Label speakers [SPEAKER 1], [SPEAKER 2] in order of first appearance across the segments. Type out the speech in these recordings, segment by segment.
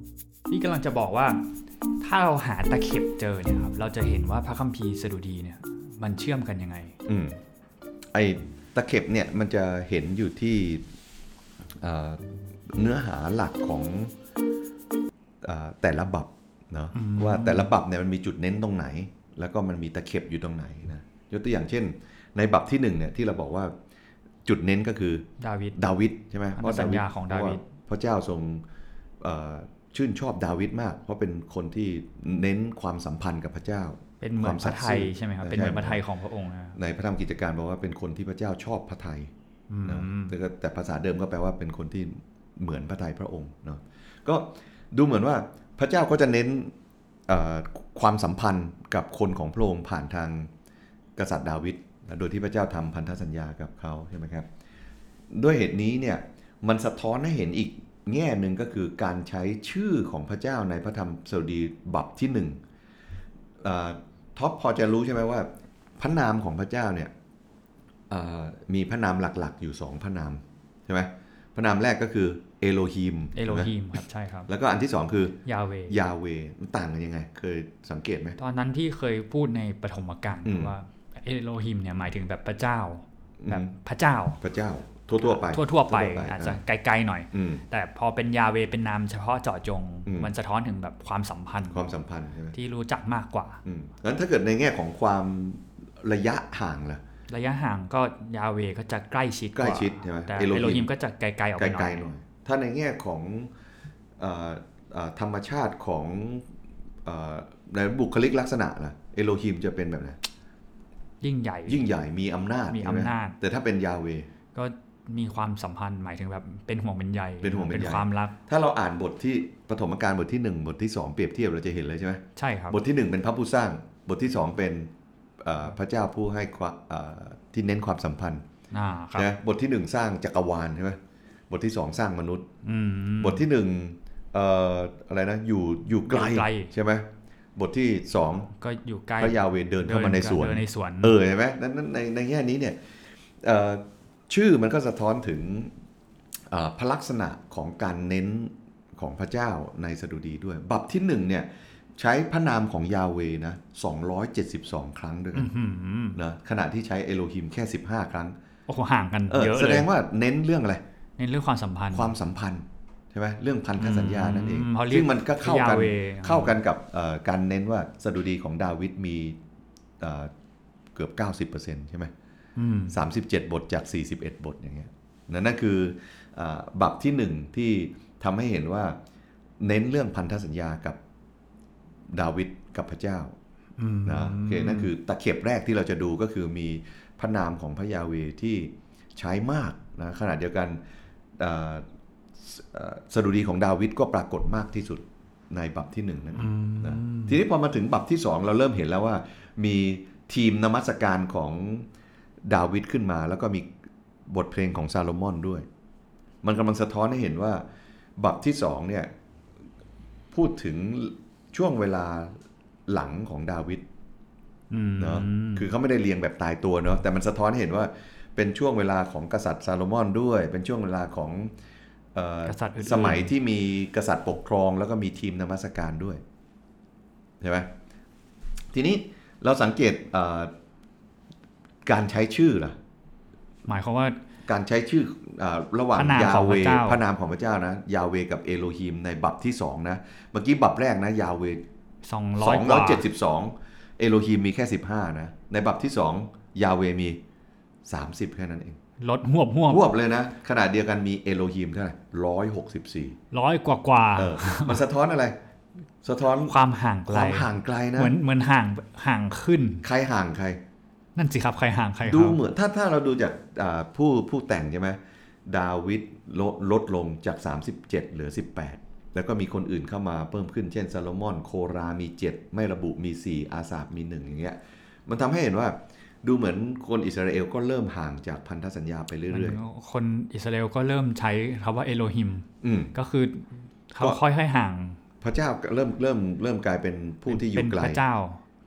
[SPEAKER 1] ำลังจะบอกว่า ถ้าเราหาตะเข็บเจอเนี่ยครับเราจะเห็นว่าพระคัมภีร์สดุดีเนี่ยมันเชื่อมกันยังไง
[SPEAKER 2] อืมไอตะเข็บเนี่ยมันจะเห็นอยู่ที่เอ่อเนื้อหาหลักของเออแต่ละบับเนาะว่าแต่ละบับเนี่ยมันมีจุดเน้นตรงไหน แล้วก็มันมีตะเข็บอยู่ตรงไหนนะยกตัวอย่างเช่น ในบับที่หนึ่งเนี่ยที่เราบอกว่าจุดเน้นก็คือ
[SPEAKER 1] ดาวิด
[SPEAKER 2] ดาวิดใช่ไหม
[SPEAKER 1] พันธสัญญาของดาวิด
[SPEAKER 2] เพราะาพระเจ้าทรงเอ่อชื่นชอบดาวิดมาก เพราะเป็นคนที่เน้นความสัมพันธ์กับพระเจ้า
[SPEAKER 1] เป็นเหมือน
[SPEAKER 2] ควา
[SPEAKER 1] พระไทย
[SPEAKER 2] สัตย์ซื่อ
[SPEAKER 1] ใช่ไหมครับเป็นเหมือนพระไทยของพระองค์นะ
[SPEAKER 2] ในพระธรรมกิจการบอกว่าเป็นคนที่พระเจ้าชอบพระไทย
[SPEAKER 1] อื
[SPEAKER 2] นะ
[SPEAKER 1] ม
[SPEAKER 2] แต่ก็แต่ภาษาเดิมก็แปลว่าเป็นคนที่เหมือนพระไทยพระองค์เนาะก็ดูเหมือนว่าพระเจ้าก็จะเน้นเอ่อความสัมพันธ์กับคนของพระองค์ผ่านทางกษัตริย์ดาวิดนะโดยที่พระเจ้าทำพันธสัญญากับเขาใช่ไหมครับ ด้วยเหตุนี้เนี่ยมันสะท้อนให้เห็นอีกแง่หนึ่งก็คือการใช้ชื่อของพระเจ้าในพระธรรมสดีบับที่หนึ่งเอ่อท็อปพอจะรู้ใช่ไหมว่า พระนามของพระเจ้าเนี่ยเอ่อมีพระนามหลักๆอยู่สองพระนามใช่ไหมพระนามแรกก็คือเอโลฮิม
[SPEAKER 1] เอโลฮีมครับใช่ครับ
[SPEAKER 2] แล้วก็อันที่สองคือย
[SPEAKER 1] าเว
[SPEAKER 2] ยาเวมันต่างกันยังไง เคยสังเกตไหม
[SPEAKER 1] ตอนนั้นที่เคยพูดในปฐมกาล
[SPEAKER 2] อืม
[SPEAKER 1] ว่าเอโลฮิมเนี่ยหมายถึงแบบพระเจ้า
[SPEAKER 2] อืม
[SPEAKER 1] แบบพระเจ้า
[SPEAKER 2] พระเจ้าทั่วๆไป
[SPEAKER 1] ทั่วๆไป อาจจะไกลๆหน่อย
[SPEAKER 2] อืม
[SPEAKER 1] แต่พอเป็นยาเวเป็นนามเฉพาะเจาะจง
[SPEAKER 2] อืม
[SPEAKER 1] มันสะท้อนถึงแบบความสัมพันธ์
[SPEAKER 2] ความสัมพันธ์ใช่ไหม
[SPEAKER 1] ที่รู้จักมากกว่า
[SPEAKER 2] อืมงั้นถ้าเกิดในแง่ของความระยะห่างล่ะ
[SPEAKER 1] ระยะห่างก็ยาเวก็จะใกล้ชิดว่า
[SPEAKER 2] ใกล้ชิดใช่ไหม
[SPEAKER 1] แต่เอ
[SPEAKER 2] Elohim
[SPEAKER 1] โลฮิมก็จะไกลๆออก
[SPEAKER 2] ไก
[SPEAKER 1] ไปหน่
[SPEAKER 2] ล
[SPEAKER 1] อย
[SPEAKER 2] ๆหน่อย ถ้าในแง่ของเอ่อเอ่อธรรมชาติของเอ่อในบุคลิกลักษณะล่ะเอโลฮิมจะเป็นแบบไหน
[SPEAKER 1] ยิ่งใหญ่
[SPEAKER 2] ยิ่งใหญ่มีอำนาจ
[SPEAKER 1] มีอำนาจ
[SPEAKER 2] ใช่ไหมแต่ถ้าเป็นยาเว
[SPEAKER 1] ก็มีความสัมพันธ์หมายถึงแบบเป็นห่วงเป็นใย
[SPEAKER 2] เป็นห่วงเป็นใย
[SPEAKER 1] ความรัก
[SPEAKER 2] ถ้าเราอ่านบทที่ปฐมกาลบทที่ 1 บทที่ 2 เปรียบเทียบเราจะเห็นเลยใช่ไหม
[SPEAKER 1] ใช่ครับ
[SPEAKER 2] บทที่ 1 เป็นพระผู้สร้าง บทที่ 2 เป็นเอ่อพระเจ้าผู้ให้ความเอ่อที่เน้นความสัมพันธ์
[SPEAKER 1] อ่าครับ
[SPEAKER 2] นะบทที่ 1 สร้างจักรวาลใช่ไหมบทที่ 2 สร้างมนุษย์
[SPEAKER 1] อืม
[SPEAKER 2] บทที่หนึ่งเอ่ออะไรนะอยู่อยู่ไกล
[SPEAKER 1] อยู่ไกล
[SPEAKER 2] ใช่ไหมบทที่สอง
[SPEAKER 1] ก็อยู่ใกล้
[SPEAKER 2] พระยาเวเดินเข้ามาในสวน
[SPEAKER 1] เดิในสวน
[SPEAKER 2] เออเห็นไหมนั่นนั่นในในแง่นี้เนี่ยเอ่อชื่อมันก็สะท้อนถึงเอ่อพระลักษณะของการเน้นของพระเจ้าในสดุดีด้วย บับที่หนึ่งเนี่ยใช้พระนามของยาเวนะ272 ครั้งด้วยกัน
[SPEAKER 1] อื้อหือ
[SPEAKER 2] นะขณะที่ใช้เอโลฮิมแค่ 15 ครั้ง
[SPEAKER 1] โอ้โหห่างกัน
[SPEAKER 2] เออ
[SPEAKER 1] เยอะ
[SPEAKER 2] แส
[SPEAKER 1] เล
[SPEAKER 2] ด
[SPEAKER 1] ย
[SPEAKER 2] งว่าเน้นเรื่องอะไร
[SPEAKER 1] ในเรื่องความสัมพันธ์
[SPEAKER 2] ความสัมพันธ์ใช่ไหมเรื่องพันธสัญญานั่นเอง
[SPEAKER 1] อืมเขาเรียก
[SPEAKER 2] ซึ่งมันก็เข้ากัน
[SPEAKER 1] ยาเว
[SPEAKER 2] เข้ากันกับเอ่อการเน้นว่าสดุดีของดาวิดมีเอ่อเกือบ 90%ใช่ไหม
[SPEAKER 1] อืม
[SPEAKER 2] 37 บทจาก 41 บทอย่างเงี้ยนั่นนั่นคือเออบับที่หนึ่งที่ทำให้เห็นว่าเน้นเรื่องพันธสัญญากับดาวิดกับพระเจ้า
[SPEAKER 1] อืม
[SPEAKER 2] นะโอเคนั่นคือตะเข็บแรกที่เราจะดูก็คือมีพระนามของพระยาเวที่ใช้มากนะขณะเดียวกัน เอ่อสเอ่อสดุดีของดาวิดก็ปรากฏมากที่สุดในบับที่หนึ่งนั่นเองนะทีนี้พอมาถึงบับที่สองเราเริ่มเห็นแล้วว่า มีทีมนมัสการของดาวิดขึ้นมา แล้วก็มีบทเพลงของซาโลมอนด้วย มันกำลังสะท้อนให้เห็นว่า บับที่สองเนี่ยพูดถึงช่วงเวลาหลังของดาวิด
[SPEAKER 1] อืม
[SPEAKER 2] เนอะคือเขาไม่ได้เรียงแบบตายตัวเนอะแต่มันสะท้อนให้เห็นว่าเป็นช่วงเวลาของกษัตริย์ซาโลมอนด้วย เป็นช่วงเวลาของเอ่อก
[SPEAKER 1] ษัตริย์อื่นๆ
[SPEAKER 2] สมัยที่มีกษัตริย์ปกครอง แล้วก็มีทีมนมัสการด้วยใช่ไหมทีนี้เราสังเกตเอ่อการใช้ชื่อล่ะ
[SPEAKER 1] หมายความว่า
[SPEAKER 2] การใช้ชื่ออาระหว่าง
[SPEAKER 1] พระนาม
[SPEAKER 2] ยา
[SPEAKER 1] ของพ
[SPEAKER 2] เว
[SPEAKER 1] ระเจ้า
[SPEAKER 2] พระนามของพระเจ้านะ ยาเวกับเอโลฮิมในบับที่สองนะ เมื่อกี้บับแรกนะ ยาเว
[SPEAKER 1] สอง
[SPEAKER 2] ส
[SPEAKER 1] ร้อ
[SPEAKER 2] อย ง
[SPEAKER 1] ก
[SPEAKER 2] ร้อ
[SPEAKER 1] ว่าย
[SPEAKER 2] เจ็ดสิบสองเอโลฮีมมีแค่สิบห้านะ ในบับที่สองยาเวมีสามสิบแค่นั้นเอง
[SPEAKER 1] ลดหัวบหัวบ
[SPEAKER 2] รวบเลยนะ ขนาดเดียวกันมีเอโลฮีมเท่าไหร่ร้อยหกสิบสี่
[SPEAKER 1] ร้อยกว่ากว่า
[SPEAKER 2] เออ มันสะท้อนอะไร สะท้อน
[SPEAKER 1] ความห่างไก
[SPEAKER 2] ค
[SPEAKER 1] ล
[SPEAKER 2] วามห่างไกลนะ
[SPEAKER 1] เหมือนเหมือนห่างห่างขึ้น
[SPEAKER 2] ใครห่างใคร
[SPEAKER 1] นั่นสิครับใครห่างใครค
[SPEAKER 2] ดู
[SPEAKER 1] รับ
[SPEAKER 2] เหมือนถ้าถ้าเราดูจากอ่าผู้ผู้แต่งใช่ไหมดาวิดลดลดลงจาก 37 เหลือ 18 แล้วก็มีคนอื่นเข้ามาเพิ่มขึ้นเช่นซาโลมอน โครามี 7 ไม่ระบุมี 4 อาสาบมี 1 อย่างเงี้ยมันทำให้เห็นว่าดูเหมือนคนอิสราเอลก็เริ่มห่างจากพันธสัญญาไป
[SPEAKER 1] เหมื
[SPEAKER 2] เรื่อย
[SPEAKER 1] อนคนอิสราเอลก็เริ่มใช้คำว่าเอโลฮิม
[SPEAKER 2] ๆ อืม
[SPEAKER 1] ก็คือเขา
[SPEAKER 2] ก็
[SPEAKER 1] ค่อยๆห่าง
[SPEAKER 2] พระเจ้าเริ่มเริ่มเริ่มกลายเป็นผู้ที่อ
[SPEAKER 1] เป็น
[SPEAKER 2] ยู่ไกล
[SPEAKER 1] พระเจ้า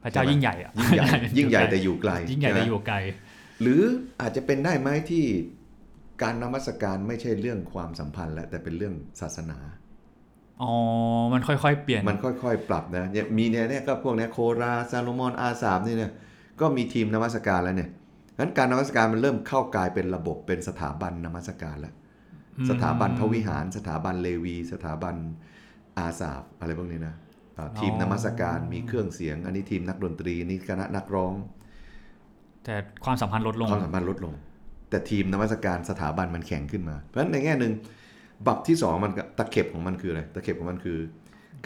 [SPEAKER 1] พระเจ้า
[SPEAKER 2] ใช่ไหม
[SPEAKER 1] ยิ่งใหญ่อะ
[SPEAKER 2] ยิ่งใหญ่ยิ่งใหญ่แต่อยู่ไกล
[SPEAKER 1] ยิ่งใหญ่
[SPEAKER 2] ช่ไม
[SPEAKER 1] แต่อยู่ไกล
[SPEAKER 2] หรืออาจจะเป็นได้ไหมที่การนมัสการไม่ใช่เรื่องความสัมพันธ์แล้วแต่เป็นเรื่องศาสนา
[SPEAKER 1] อ๋อ มันค่อยๆ เปลี่ยน
[SPEAKER 2] มันค่อยๆ ปรับนะเนี่ยมีเนี่ยเนี่ยก็พวกเนี้ยโคราซาโลมอนอาสามนี่เนี่ยก็มีทีมนมัสการแล้วเนี่ยนั้นการนมัสการมันเริ่มเข้ากลายเป็นระบบเป็นสถาบันนมัสการแล้ว
[SPEAKER 1] อืม
[SPEAKER 2] สถาบันพระวิหาร สถาบันเลวี สถาบันอาสาฟอะไรพวกนี้นะอ่าทีมนมัสการมีเครื่องเสียง อันนี้ทีมนักดนตรีนี่คณะนักร้อง
[SPEAKER 1] แต่ความสัมพันธ์ลดลง
[SPEAKER 2] ความสามารถลดลง แต่ทีมนมัสการสถาบันมันแข็งขึ้นมา เพราะฉะนั้นในแง่หนึ่งบับที่สองมันก็ตะเข็บของมันคืออะไรตะเข็บของมันคือ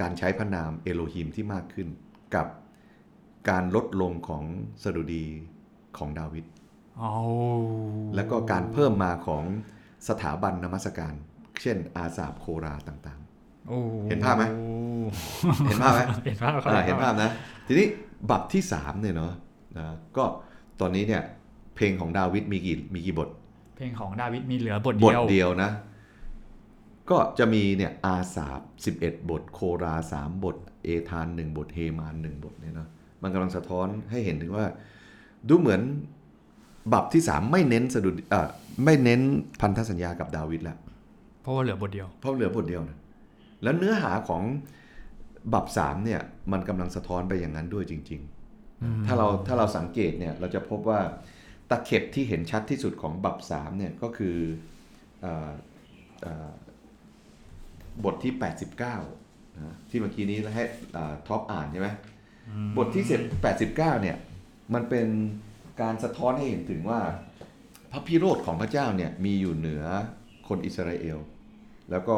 [SPEAKER 2] การใช้พระนามเอโลฮิมที่มากขึ้นกับการลดลงของสดุดีของดาวิด
[SPEAKER 1] อ๋อ
[SPEAKER 2] แล้วก็การเพิ่มมาของสถาบันนมัสการ เช่น อาสาฟโคราต่าง
[SPEAKER 1] โอ้
[SPEAKER 2] เห็นภาพไหม ๆ เห็นภาพไหม
[SPEAKER 1] เห็นภาพครับ
[SPEAKER 2] อ่าเห็นภาพนะ ทีนี้บับที่ 3 เนี่ยเนาะนะก็ตอนนี้เนี่ยเพลงของดาวิดมีกี่มีกี่บท
[SPEAKER 1] เพลงของดาวิดมีเหลือบท
[SPEAKER 2] บท
[SPEAKER 1] เดียว
[SPEAKER 2] เดียวนะ ก็จะมีเนี่ยอาสาบ11 บท โคราสามบท เอธานหนึ่งบทเฮมานหนึ่งบทเนี่ยเนาะมันกำลังสะท้อนให้เห็นถึงว่า ดูเหมือนบับที่ 3 ไม่เน้นสะดุดอ่าไม่เน้นพันธสัญญากับดาวิดละ
[SPEAKER 1] เพราะว่าเหลือบทเดียว
[SPEAKER 2] เพราะเหลือบทเดียวนะแล้วเนื้อหาของบับสามเนี่ยมันกำลังสะท้อนไปอย่างนั้นด้วยจริง ๆ
[SPEAKER 1] อืม
[SPEAKER 2] ถ้าเราถ้าเราสังเกตเนี่ยเราจะพบว่าตะเข็บที่เห็นชัดที่สุดของบับสามเนี่ยก็คือเออเอ่อบทที่ 89นะที่เมื่อกี้นี้ให้เอ่อท็อปอ่านใช่ไหมบทที่89เนี่ยมันเป็นการสะท้อนให้เห็นถึงว่า พระพิโรธของพระเจ้าเนี่ยมีอยู่เหนือคนอิสราเอล แล้วก็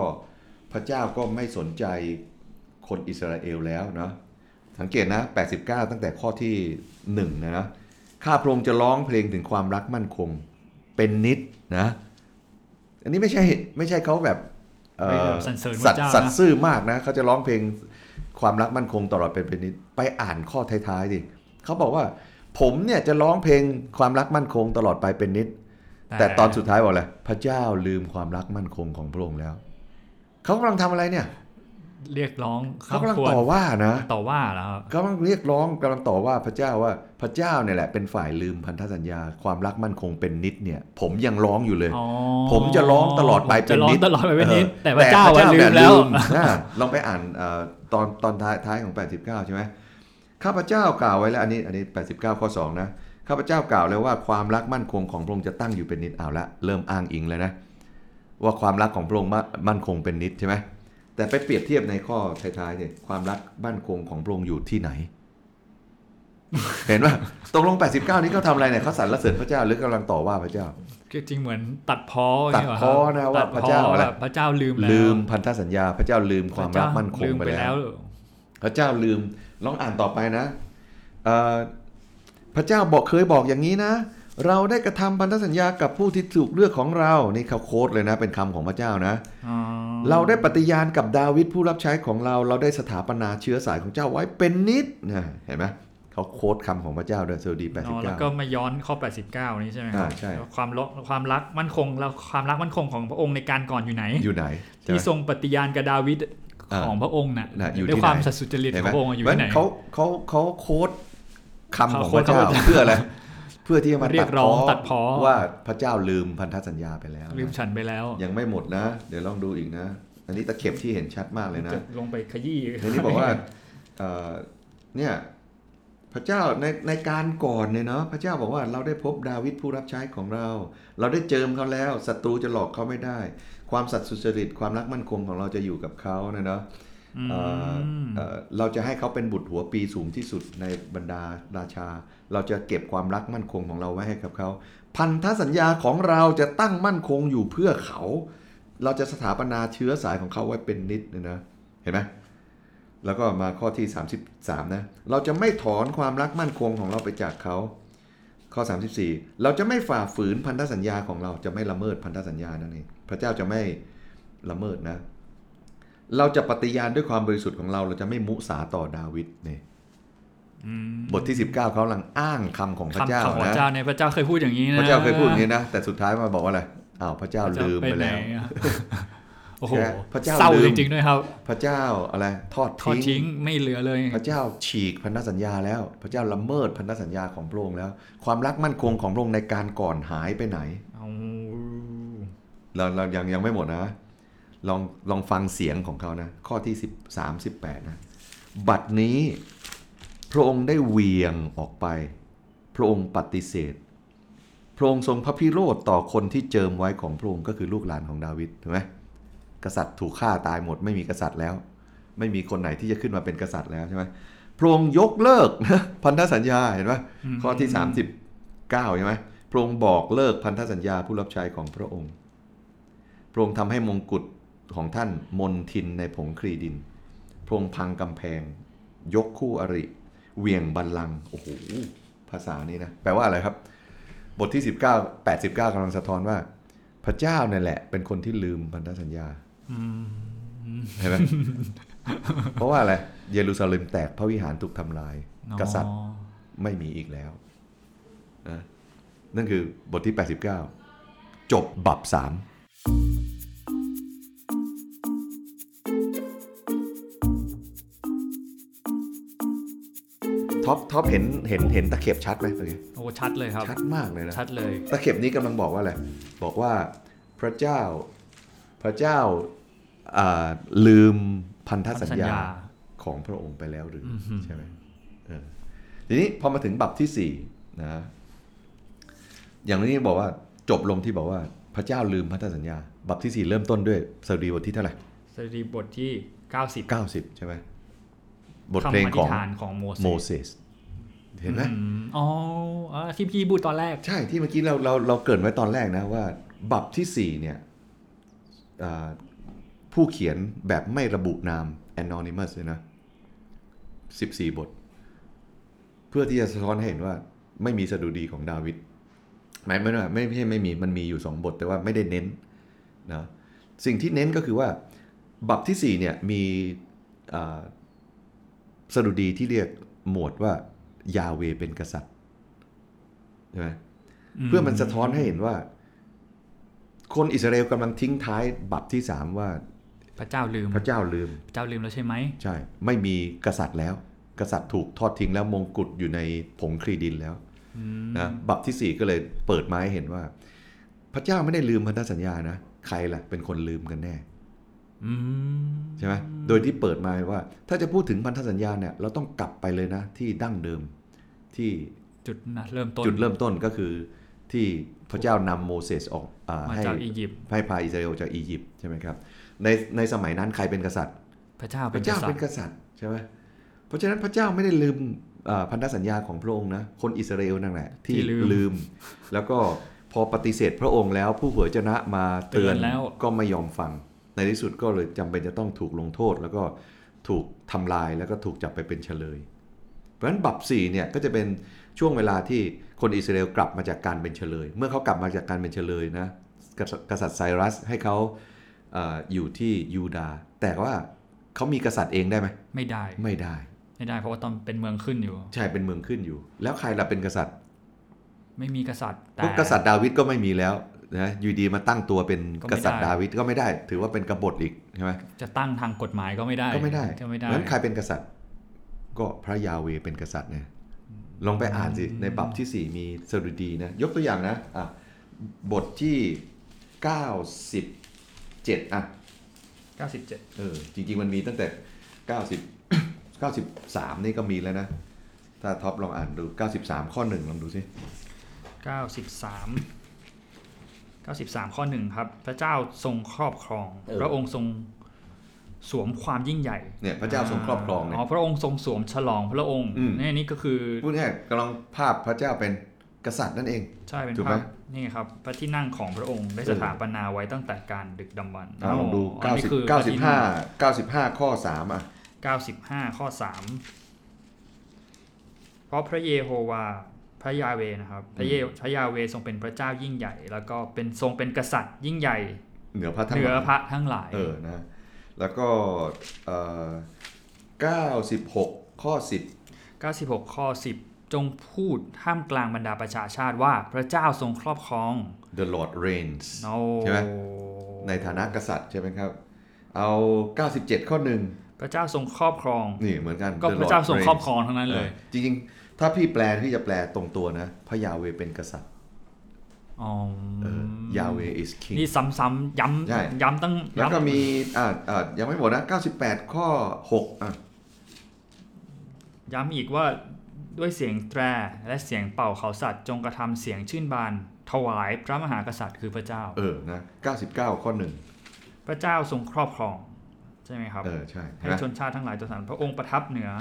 [SPEAKER 2] พระเจ้าก็ไม่สนใจคนอิสราเอลแล้วเนาะ สังเกตนะ 89 ตั้งแต่ข้อที่ 1 นะนะข้าพระองค์จะร้องเพลงถึงความรักมั่นคง เป็นนิดนะ อันนี้ไม่ใช่ไม่ใช่เขาแบบเอ่อ
[SPEAKER 1] ไม่ได้สรรเสริญพ
[SPEAKER 2] สัต
[SPEAKER 1] ระ
[SPEAKER 2] ว์
[SPEAKER 1] เจ้านะ
[SPEAKER 2] สัตว์ซื่อมากนะ เขาจะร้องเพลงความรักมั่นคงตลอดเป็นเป็นนิด ไปอ่านข้อท้ายๆดิเขาบอกว่า ผมเนี่ยจะร้องเพลงความรักมั่นคงตลอดไปเป็นนิด แต่ตอนสุดท้ายบอกเลยพระเจ้าลืมความรักมั่นคงของพระองค์แล้ว เขากำลังทำอะไรเนี่ย
[SPEAKER 1] เรียกร้อง
[SPEAKER 2] เขากำลัง
[SPEAKER 1] ควร
[SPEAKER 2] ต่อว่านะ
[SPEAKER 1] ต่อว่าแล้วครับ
[SPEAKER 2] กำลังเรียกร้องกำลังต่อว่าพระเจ้าว่าพระเจ้าเนี่ยแหละเป็นฝ่ายลืมพันธสัญญาความรักมั่นคงเป็นนิดเนี่ย ผมยังร้องอยู่เลย
[SPEAKER 1] อ๋อ
[SPEAKER 2] ผมจะร้องตลอดไป
[SPEAKER 1] จะ
[SPEAKER 2] เป็น
[SPEAKER 1] ร้อง
[SPEAKER 2] นิด
[SPEAKER 1] ตลอดไปเป็นนิด
[SPEAKER 2] ออ
[SPEAKER 1] แต่พระเจ้าว่าลืม แล้
[SPEAKER 2] เนี่ย
[SPEAKER 1] ว
[SPEAKER 2] อ่ะลองไปอ่านเอ่อตอนตอนท้ายท้ายของ 89 ใช่ไหมข้าพเจ้ากล่าวไว้แล้วอันนี้อันนี้ 89 ข้อ 2 นะข้าพเจ้ากล่าวแล้วว่าความรักมั่นคงของพระองค์จะตั้งอยู่เป็นนิดเอาละเริ่มอ้างอิงแล้วนะ ว่าความรักของพระองค์มั่นคงเป็นนิดใช่ไหมแต่ไปเปรียบเทียบในข้อท้ายๆเนี่ยความรักมั่นคงของพระองค์อยู่ที่ไหน เห็นว่าตกลง 89 นี้เขาทำอะไรเนี่ยเขาสรรเสริญพระเจ้าหรือกำลังต่อว่าพระเจ้า
[SPEAKER 1] คือจริงเหมือนตัดพ้อ
[SPEAKER 2] ตัดพ้อนะว่าพระเจ้าอะไร
[SPEAKER 1] พระเจ้าลืม
[SPEAKER 2] ลืมพันธสัญญา พระเจ้าลืมความรักมั่นคงไป
[SPEAKER 1] พระ
[SPEAKER 2] แล้ว
[SPEAKER 1] เจ้าลืมไปแ
[SPEAKER 2] พระเจ้าลืมลองอ่านต่อไปนะเอ่อพระเจ้าบอกเคยบอกอย่างนี้นะ เราได้กระทำพันธสัญญากับผู้ที่ถูกเลือกของเรานี่เขาโค้ดเลยนะ เป็นคำของพระเจ้านะ
[SPEAKER 1] ล้วอ๋อ
[SPEAKER 2] เราได้ปฏิญาณกับดาวิดผู้รับใช้ของเรา เราได้สถาปนาเชื้อสายของเจ้าไว้เป็นนิดนะเห็นไหมเขาโค้ดคำของพระเจ้าด้วยเซลดีแปดสิ
[SPEAKER 1] อ๋
[SPEAKER 2] บ
[SPEAKER 1] อแล้ว
[SPEAKER 2] เก้า
[SPEAKER 1] ก็มาย้อนข้อ 89 นี้ใช่ไหมครั
[SPEAKER 2] อ่าใช่
[SPEAKER 1] ความรักความรักมั่นคงแล้วความรักมั่นคงของพระองค์ในการก่อนอยู่ไหน
[SPEAKER 2] อยู่ไหนใช่ไหม
[SPEAKER 1] ที่ทรงปฏิญาณกับดาวิด
[SPEAKER 2] อ่า
[SPEAKER 1] ของพระองค์น่ะ
[SPEAKER 2] น่ะอยู่ที่
[SPEAKER 1] ด้วยความ
[SPEAKER 2] ไหน
[SPEAKER 1] สัตย์สุจริตของพระองค์อยู่
[SPEAKER 2] เพราะ
[SPEAKER 1] ที่
[SPEAKER 2] ฉะ
[SPEAKER 1] ไหน
[SPEAKER 2] นั้นเขาเขาเขาโค้ดคำของ
[SPEAKER 1] เขา
[SPEAKER 2] พระเจ้า
[SPEAKER 1] โค้ดคำของพระเจ้า
[SPEAKER 2] เพื่ออะไรเพื่อที่จะมา
[SPEAKER 1] เรียกร้องตัดพ้อ
[SPEAKER 2] ว่าพระเจ้าลืมพันธสัญญาไปแล้วนะ
[SPEAKER 1] ลืมฉันไปแล้ว
[SPEAKER 2] ยังไม่หมดนะ เดี๋ยวลองดูอีกนะ อันนี้ตะเข็บที่เห็นชัดมากเลยนะ
[SPEAKER 1] จะลงไปขยี้
[SPEAKER 2] ทีนี้บอกว่า เอ่อเนี่ยพระเจ้าในในการก่อนเนี่ยเนาะพระเจ้าบอกว่าเราได้พบดาวิดผู้รับใช้ของเรา เราได้เจิมเขาแล้วศัตรูจะหลอกเขาไม่ได้ ความสัตย์สุจริตความรักมั่นคงของเราจะอยู่กับเขาเนี่ยเนาะ
[SPEAKER 1] อืม
[SPEAKER 2] เอ่อเอ่อเราจะให้เขาเป็นบุตรหัวปีสูงที่สุดในบรรดาราชา เราจะเก็บความรักมั่นคงของเราไว้ให้กับเขา พันธสัญญาของเราจะตั้งมั่นคงอยู่เพื่อเขา เราจะสถาปนาเชื้อสายของเขาไว้เป็นนิดเนี่ยนะ เห็นไหมแล้วก็มาข้อที่ 33 นะ เราจะไม่ถอนความรักมั่นคงของเราไปจากเขา ข้อ 34 เราจะไม่ฝ่าฝืนพันธสัญญาของเราจะไม่ละเมิดพันธสัญญานั่นเองพระเจ้าจะไม่ละเมิดนะ เราจะปฏิญาณด้วยความบริสุทธิ์ของเรา เราจะไม่มุสาต่อดาวิดนี่
[SPEAKER 1] อืม
[SPEAKER 2] บทที่ 19 เขากำลังอ้างคำของพระ
[SPEAKER 1] คำ
[SPEAKER 2] เจ้า
[SPEAKER 1] คำของพ
[SPEAKER 2] นะ
[SPEAKER 1] ระเจ้าในยพระเจ้าเคยพูดอย่างนี้นะ
[SPEAKER 2] พระเจ้าเคยพูดอย่างนี้นะ แต่สุดท้ายมาบอกว่าอะไรอ้าวพระเจ้า
[SPEAKER 1] พระเจ้า
[SPEAKER 2] ลืม
[SPEAKER 1] ไป
[SPEAKER 2] ไป
[SPEAKER 1] ไหน
[SPEAKER 2] แล้ว
[SPEAKER 1] อะโอ้โห
[SPEAKER 2] พระเจ้า
[SPEAKER 1] เศร้า
[SPEAKER 2] ลื
[SPEAKER 1] จ
[SPEAKER 2] ม
[SPEAKER 1] ริงๆด้วยครับ
[SPEAKER 2] พระเจ้าอะไรทอด
[SPEAKER 1] ทอด
[SPEAKER 2] ทิ้
[SPEAKER 1] ทิ้
[SPEAKER 2] ง
[SPEAKER 1] งไม่เหลือเลย
[SPEAKER 2] พระเจ้าฉีกพันธสัญญาแล้ว พระเจ้าละเมิดพันธสัญญาของพระองค์แล้ว ความรักมั่นคงของพระองค์ในการก่อนหายไปไหน
[SPEAKER 1] เอา
[SPEAKER 2] เราเรายังยังไม่หมดนะ ลองลองฟังเสียงของเขานะ ข้อที่ 13 18 นะ บัดนี้พระองค์ได้เหวียงออกไป พระองค์ปฏิเสธ พระองค์ทรงพระพิโรธต่อคนที่เจิมไว้ของพระองค์ก็คือลูกหลานของดาวิดถูกไหมกษัตริย์ถูกฆ่าตายหมด ไม่มีกษัตริย์แล้ว ไม่มีคนไหนที่จะขึ้นมาเป็นกษัตริย์แล้วใช่ไหมพระองค์ยกเลิก พันธสัญญาเห็นไหม
[SPEAKER 1] อืม
[SPEAKER 2] ข้อที่ 39ใช่ไหมพระองค์บอกเลิกพันธสัญญาผู้รับใช้ของพระองค์ พระองค์ทำให้มงกุฎของท่านมนทินในผงครีดิน พระองค์พังกำแพง ยกคู่อริเหวียงบัลลังก์โอ้โหภาษานี้นะ แปลว่าอะไรครับ บทที่ 19 89กำลังสะท้อนว่า พระเจ้าเนี่ยแหละ เป็นคนที่ลืมพันธสัญญาเห็นไหม เพราะว่าอะไร เยรูซาเล็มแตกพระวิหารถูกทำลาย กษัตริย์
[SPEAKER 1] อ๋อ
[SPEAKER 2] ไม่มีอีกแล้วนะนั่นคือบทที่ 89 จบบับสาม ท็อปท็อปเห็นเห็นเห็นตะเข็บชัดไหมเป็นไง
[SPEAKER 1] โอ้ชัดเลยครับ
[SPEAKER 2] ชัดมากเลยนะ
[SPEAKER 1] ชัดเลย
[SPEAKER 2] ตะเข็บนี้กำลังบอกว่าอะไร บอกว่าพระเจ้าพระเจ้าอ่าลืมพันธสัญญา
[SPEAKER 1] พันธสัญญา
[SPEAKER 2] ของพระองค์ไปแล้วหรืออ
[SPEAKER 1] อหือ
[SPEAKER 2] ใช่ไหมเออทีนี้พอมาถึงบับที่สี่นะอย่างนี้บอกว่าจบลงที่บอกว่าพระเจ้าลืมพันธสัญญา บับที่สี่เริ่มต้นด้วยสดุดีบทที่เท่าไหร่
[SPEAKER 1] สตรีบทที่ 90
[SPEAKER 2] เก้าสิบใช่ไหมบทเพลง
[SPEAKER 1] คำอ
[SPEAKER 2] ข
[SPEAKER 1] ธิ
[SPEAKER 2] อง
[SPEAKER 1] ษฐานของโมเสส
[SPEAKER 2] โมเสสเห็นไหม
[SPEAKER 1] อืมอ๋ออ๋อที่พี่พูดตอนแรก
[SPEAKER 2] ใช่ที่เมื่อกี้เราเราเราเกริดไว้ตอนแรกนะว่าบับที่สี่เนี่ยอ่าผู้เขียนแบบไม่ระบุนาม anonymous เลยนะ14 บท เพื่อที่จะสะท้อนให้เห็นว่าไม่มีสดุดีของดาวิดหมายไม่ว่าไม่ใช่ไม่มีมันมีอยู่ 2 บทแต่ว่าไม่ได้เน้นนะสิ่งที่เน้นก็คือว่าบับที่สี่เนี่ยมีอ่าสดุดีที่เรียกหมวดว่ายาเวเป็นกษัตริย์ใช่ไหม เพื่อมันสะท้อนให้เห็นว่า คนอิสราเอลกำลังทิ้งท้ายบับที่สามว่า
[SPEAKER 1] พระเจ้าลืม
[SPEAKER 2] พระเจ้าลืม
[SPEAKER 1] พระเจ้าลืมแล้วใช่ไหม
[SPEAKER 2] ใช่ ไม่มีกษัตริย์แล้ว กษัตริย์ถูกทอดทิ้งแล้วมงกุฎอยู่ในผงครีดินแล้วนะบับที่สี่ก็เลยเปิดมาให้เห็นว่า พระเจ้าไม่ได้ลืมพันธสัญญานะ ใครล่ะ เป็นคนลืมกันแน่
[SPEAKER 1] อืม
[SPEAKER 2] ใช่ไหมโดยที่เปิดมาว่า ถ้าจะพูดถึงพันธสัญญาเนี่ยเราต้องกลับไปเลยนะ ที่ดั้งเดิมที่
[SPEAKER 1] จุดนะเริ่มต้น
[SPEAKER 2] จุดเริ่มต้นก็คือที่พระเจ้านำโมเสสออกอ่
[SPEAKER 1] มา
[SPEAKER 2] ให้
[SPEAKER 1] จากอียิปต์
[SPEAKER 2] ให้พาอิสราเอลจากอียิปต์ใช่ไหมครับในในสมัยนั้นใครเป็นกษัตริย์
[SPEAKER 1] พระเจ้า
[SPEAKER 2] พ
[SPEAKER 1] เป็น
[SPEAKER 2] ระ
[SPEAKER 1] ก
[SPEAKER 2] เจ้า
[SPEAKER 1] ษัต
[SPEAKER 2] เป็
[SPEAKER 1] ริ
[SPEAKER 2] น
[SPEAKER 1] ย์
[SPEAKER 2] กษัตริย์ใช่ไหมเพราะฉะนั้นพระเจ้าไม่ได้ลืมอ่าพันธสัญญาของพระองค์นะคนอิสราเอลนั่นแหละที่ลืม แล้วก็พอปฏิเสธพระองค์แล้วผู้เผยชนะมาเตือนก็ไม่ยอมฟัง ในที่สุดก็เลยจำเป็นจะต้องถูกลงโทษ แล้วก็ถูกทำลายแล้วก็ถูกจับไปเป็นเฉลย เพราะฉะนั้นบับสี่เนี่ยก็จะเป็นช่วงเวลาที่คนอิสราเอลกลับมาจากการเป็นเฉลย เมื่อเขากลับมาจากการเป็นเฉลยนะกษัตริย์กษัตริย์ไซรัสให้เขาเอออยู่ที่ยูดาห์แต่ว่าเขามีกษัตริย์เองได้ไหม
[SPEAKER 1] ไม่ได้
[SPEAKER 2] ไม่ได้
[SPEAKER 1] ไม่ได้เพราะว่าตอนเป็นเมืองขึ้นอยู่
[SPEAKER 2] ใช่เป็นเมืองขึ้นอยู่ แล้วใครล่ะเป็นกษัตริย์
[SPEAKER 1] ไม่มีกษัตริย์
[SPEAKER 2] พวกกษัตริย์ดาวิดก็ไม่มีแล้วนะอยูดีมาตั้งตัวเป็นกษัตริย์ดาวิดก็ไม่ได้ ถือว่าเป็นกบฏอีกใช่ไหม
[SPEAKER 1] จะตั้งทางกฎหมายก็ไม่ได้
[SPEAKER 2] ก็ไม่ได้
[SPEAKER 1] ก็ไม่ได้
[SPEAKER 2] เพราะฉะนั้นใครเป็นกษัตริย์ ก็พระยาเวเป็นกษัตริย์เนี่ยลองไปอ่านสิ ในบับที่ 4 มีสดุดีนะ ยกตัวอย่างนะอ่ะบทที่ 97 อ่ะ
[SPEAKER 1] 97
[SPEAKER 2] เออ จริง ๆ มันมีตั้งแต่ 90 93 นี่ก็มีแล้วนะ ถ้าท็อปลองอ่านดู 93 ข้อ 1 ลองดูสิ
[SPEAKER 1] 93 93 ข้อหนึ่งครับ พระเจ้าทรงครอบครอง
[SPEAKER 2] เออ
[SPEAKER 1] พระองค์ทรงสวมความยิ่งใหญ่
[SPEAKER 2] เนี่ยพระเจ้าทรงครอบครองเนี่ย
[SPEAKER 1] อ๋อพระองค์ทรงสวมฉลองพระองค์
[SPEAKER 2] อืม
[SPEAKER 1] เนี่ยนี่ก็คือ
[SPEAKER 2] พูดง่ายๆกำลังภาพพระเจ้าเป็นกษัตริย์นั่นเอง
[SPEAKER 1] ใช่เป็น
[SPEAKER 2] ถูกไหม
[SPEAKER 1] ภาพนี่ครับ พระที่นั่งของพระองค์ได้
[SPEAKER 2] เอ
[SPEAKER 1] ส
[SPEAKER 2] อ
[SPEAKER 1] ถาปนาไว้ตั้งแต่การดึกดำบรรพ์
[SPEAKER 2] อ่ะลองดู
[SPEAKER 1] อันนี้คือพ
[SPEAKER 2] 90
[SPEAKER 1] ระที่นั่ง
[SPEAKER 2] 95 95 ข้อ 3 อ่ะ
[SPEAKER 1] 95 ข้อ 3 เพราะพระเยโฮวาห์พระยาเวห์นะครับ พระเยพระยาเวห์ทรงเป็นพระเจ้ายิ่งใหญ่ แล้วก็เป็นทรงเป็นกษัตริย์ยิ่งใหญ่
[SPEAKER 2] เหนือพระทั้ง
[SPEAKER 1] เหนือ
[SPEAKER 2] หลาย
[SPEAKER 1] พระทั้งหลาย
[SPEAKER 2] เออ นะ แล้วก็เอ่อ96 ข้อ 10
[SPEAKER 1] 96 ข้อ 10 จงพูดท่ามกลางบรรดาประชาชาติว่าพระเจ้าทรงครอบครอง
[SPEAKER 2] The Lord reigns
[SPEAKER 1] โอ้
[SPEAKER 2] ใช่ไหม ในฐานะกษัตริย์ใช่ไหมครับ เอา 97 ข้อหนึ่ง
[SPEAKER 1] พระเจ้าทรงครอบครอง
[SPEAKER 2] นี่เหมือนกัน
[SPEAKER 1] ก็
[SPEAKER 2] The
[SPEAKER 1] พ
[SPEAKER 2] Lord
[SPEAKER 1] ระเจ้าทรงครอบ
[SPEAKER 2] reigns
[SPEAKER 1] ครองทั้งนั้นเลย
[SPEAKER 2] ออจริง ๆ ถ้าพี่แปลพี่จะแปลตรงตัวนะ พระยาเวเป็นกษัตริย์
[SPEAKER 1] อ๋อ
[SPEAKER 2] เออยาเว is king
[SPEAKER 1] นี่ซ้ำๆย้
[SPEAKER 2] ใช่
[SPEAKER 1] ำย้ำตั้ง
[SPEAKER 2] แล้วก็
[SPEAKER 1] ย้ำ
[SPEAKER 2] มีอ่าอ่ายังไม่หมดนะ 98 ข้อ 6 อ่ะ
[SPEAKER 1] ย้ำอีกว่าด้วยเสียงแตรและเสียงเป่าเขาสัตว์จงกระทำเสียงชื่นบาน ถวายพระมหากษัตริย์คือพระเจ้า
[SPEAKER 2] เออ นะ 99 ข้อ 1
[SPEAKER 1] พระเจ้าทรงครอบครองใช่ไหมครับ
[SPEAKER 2] เออ ใช่
[SPEAKER 1] ให้
[SPEAKER 2] นะ
[SPEAKER 1] ชนชาติทั้งหลายจงสันพระองค์ประทับเหนือ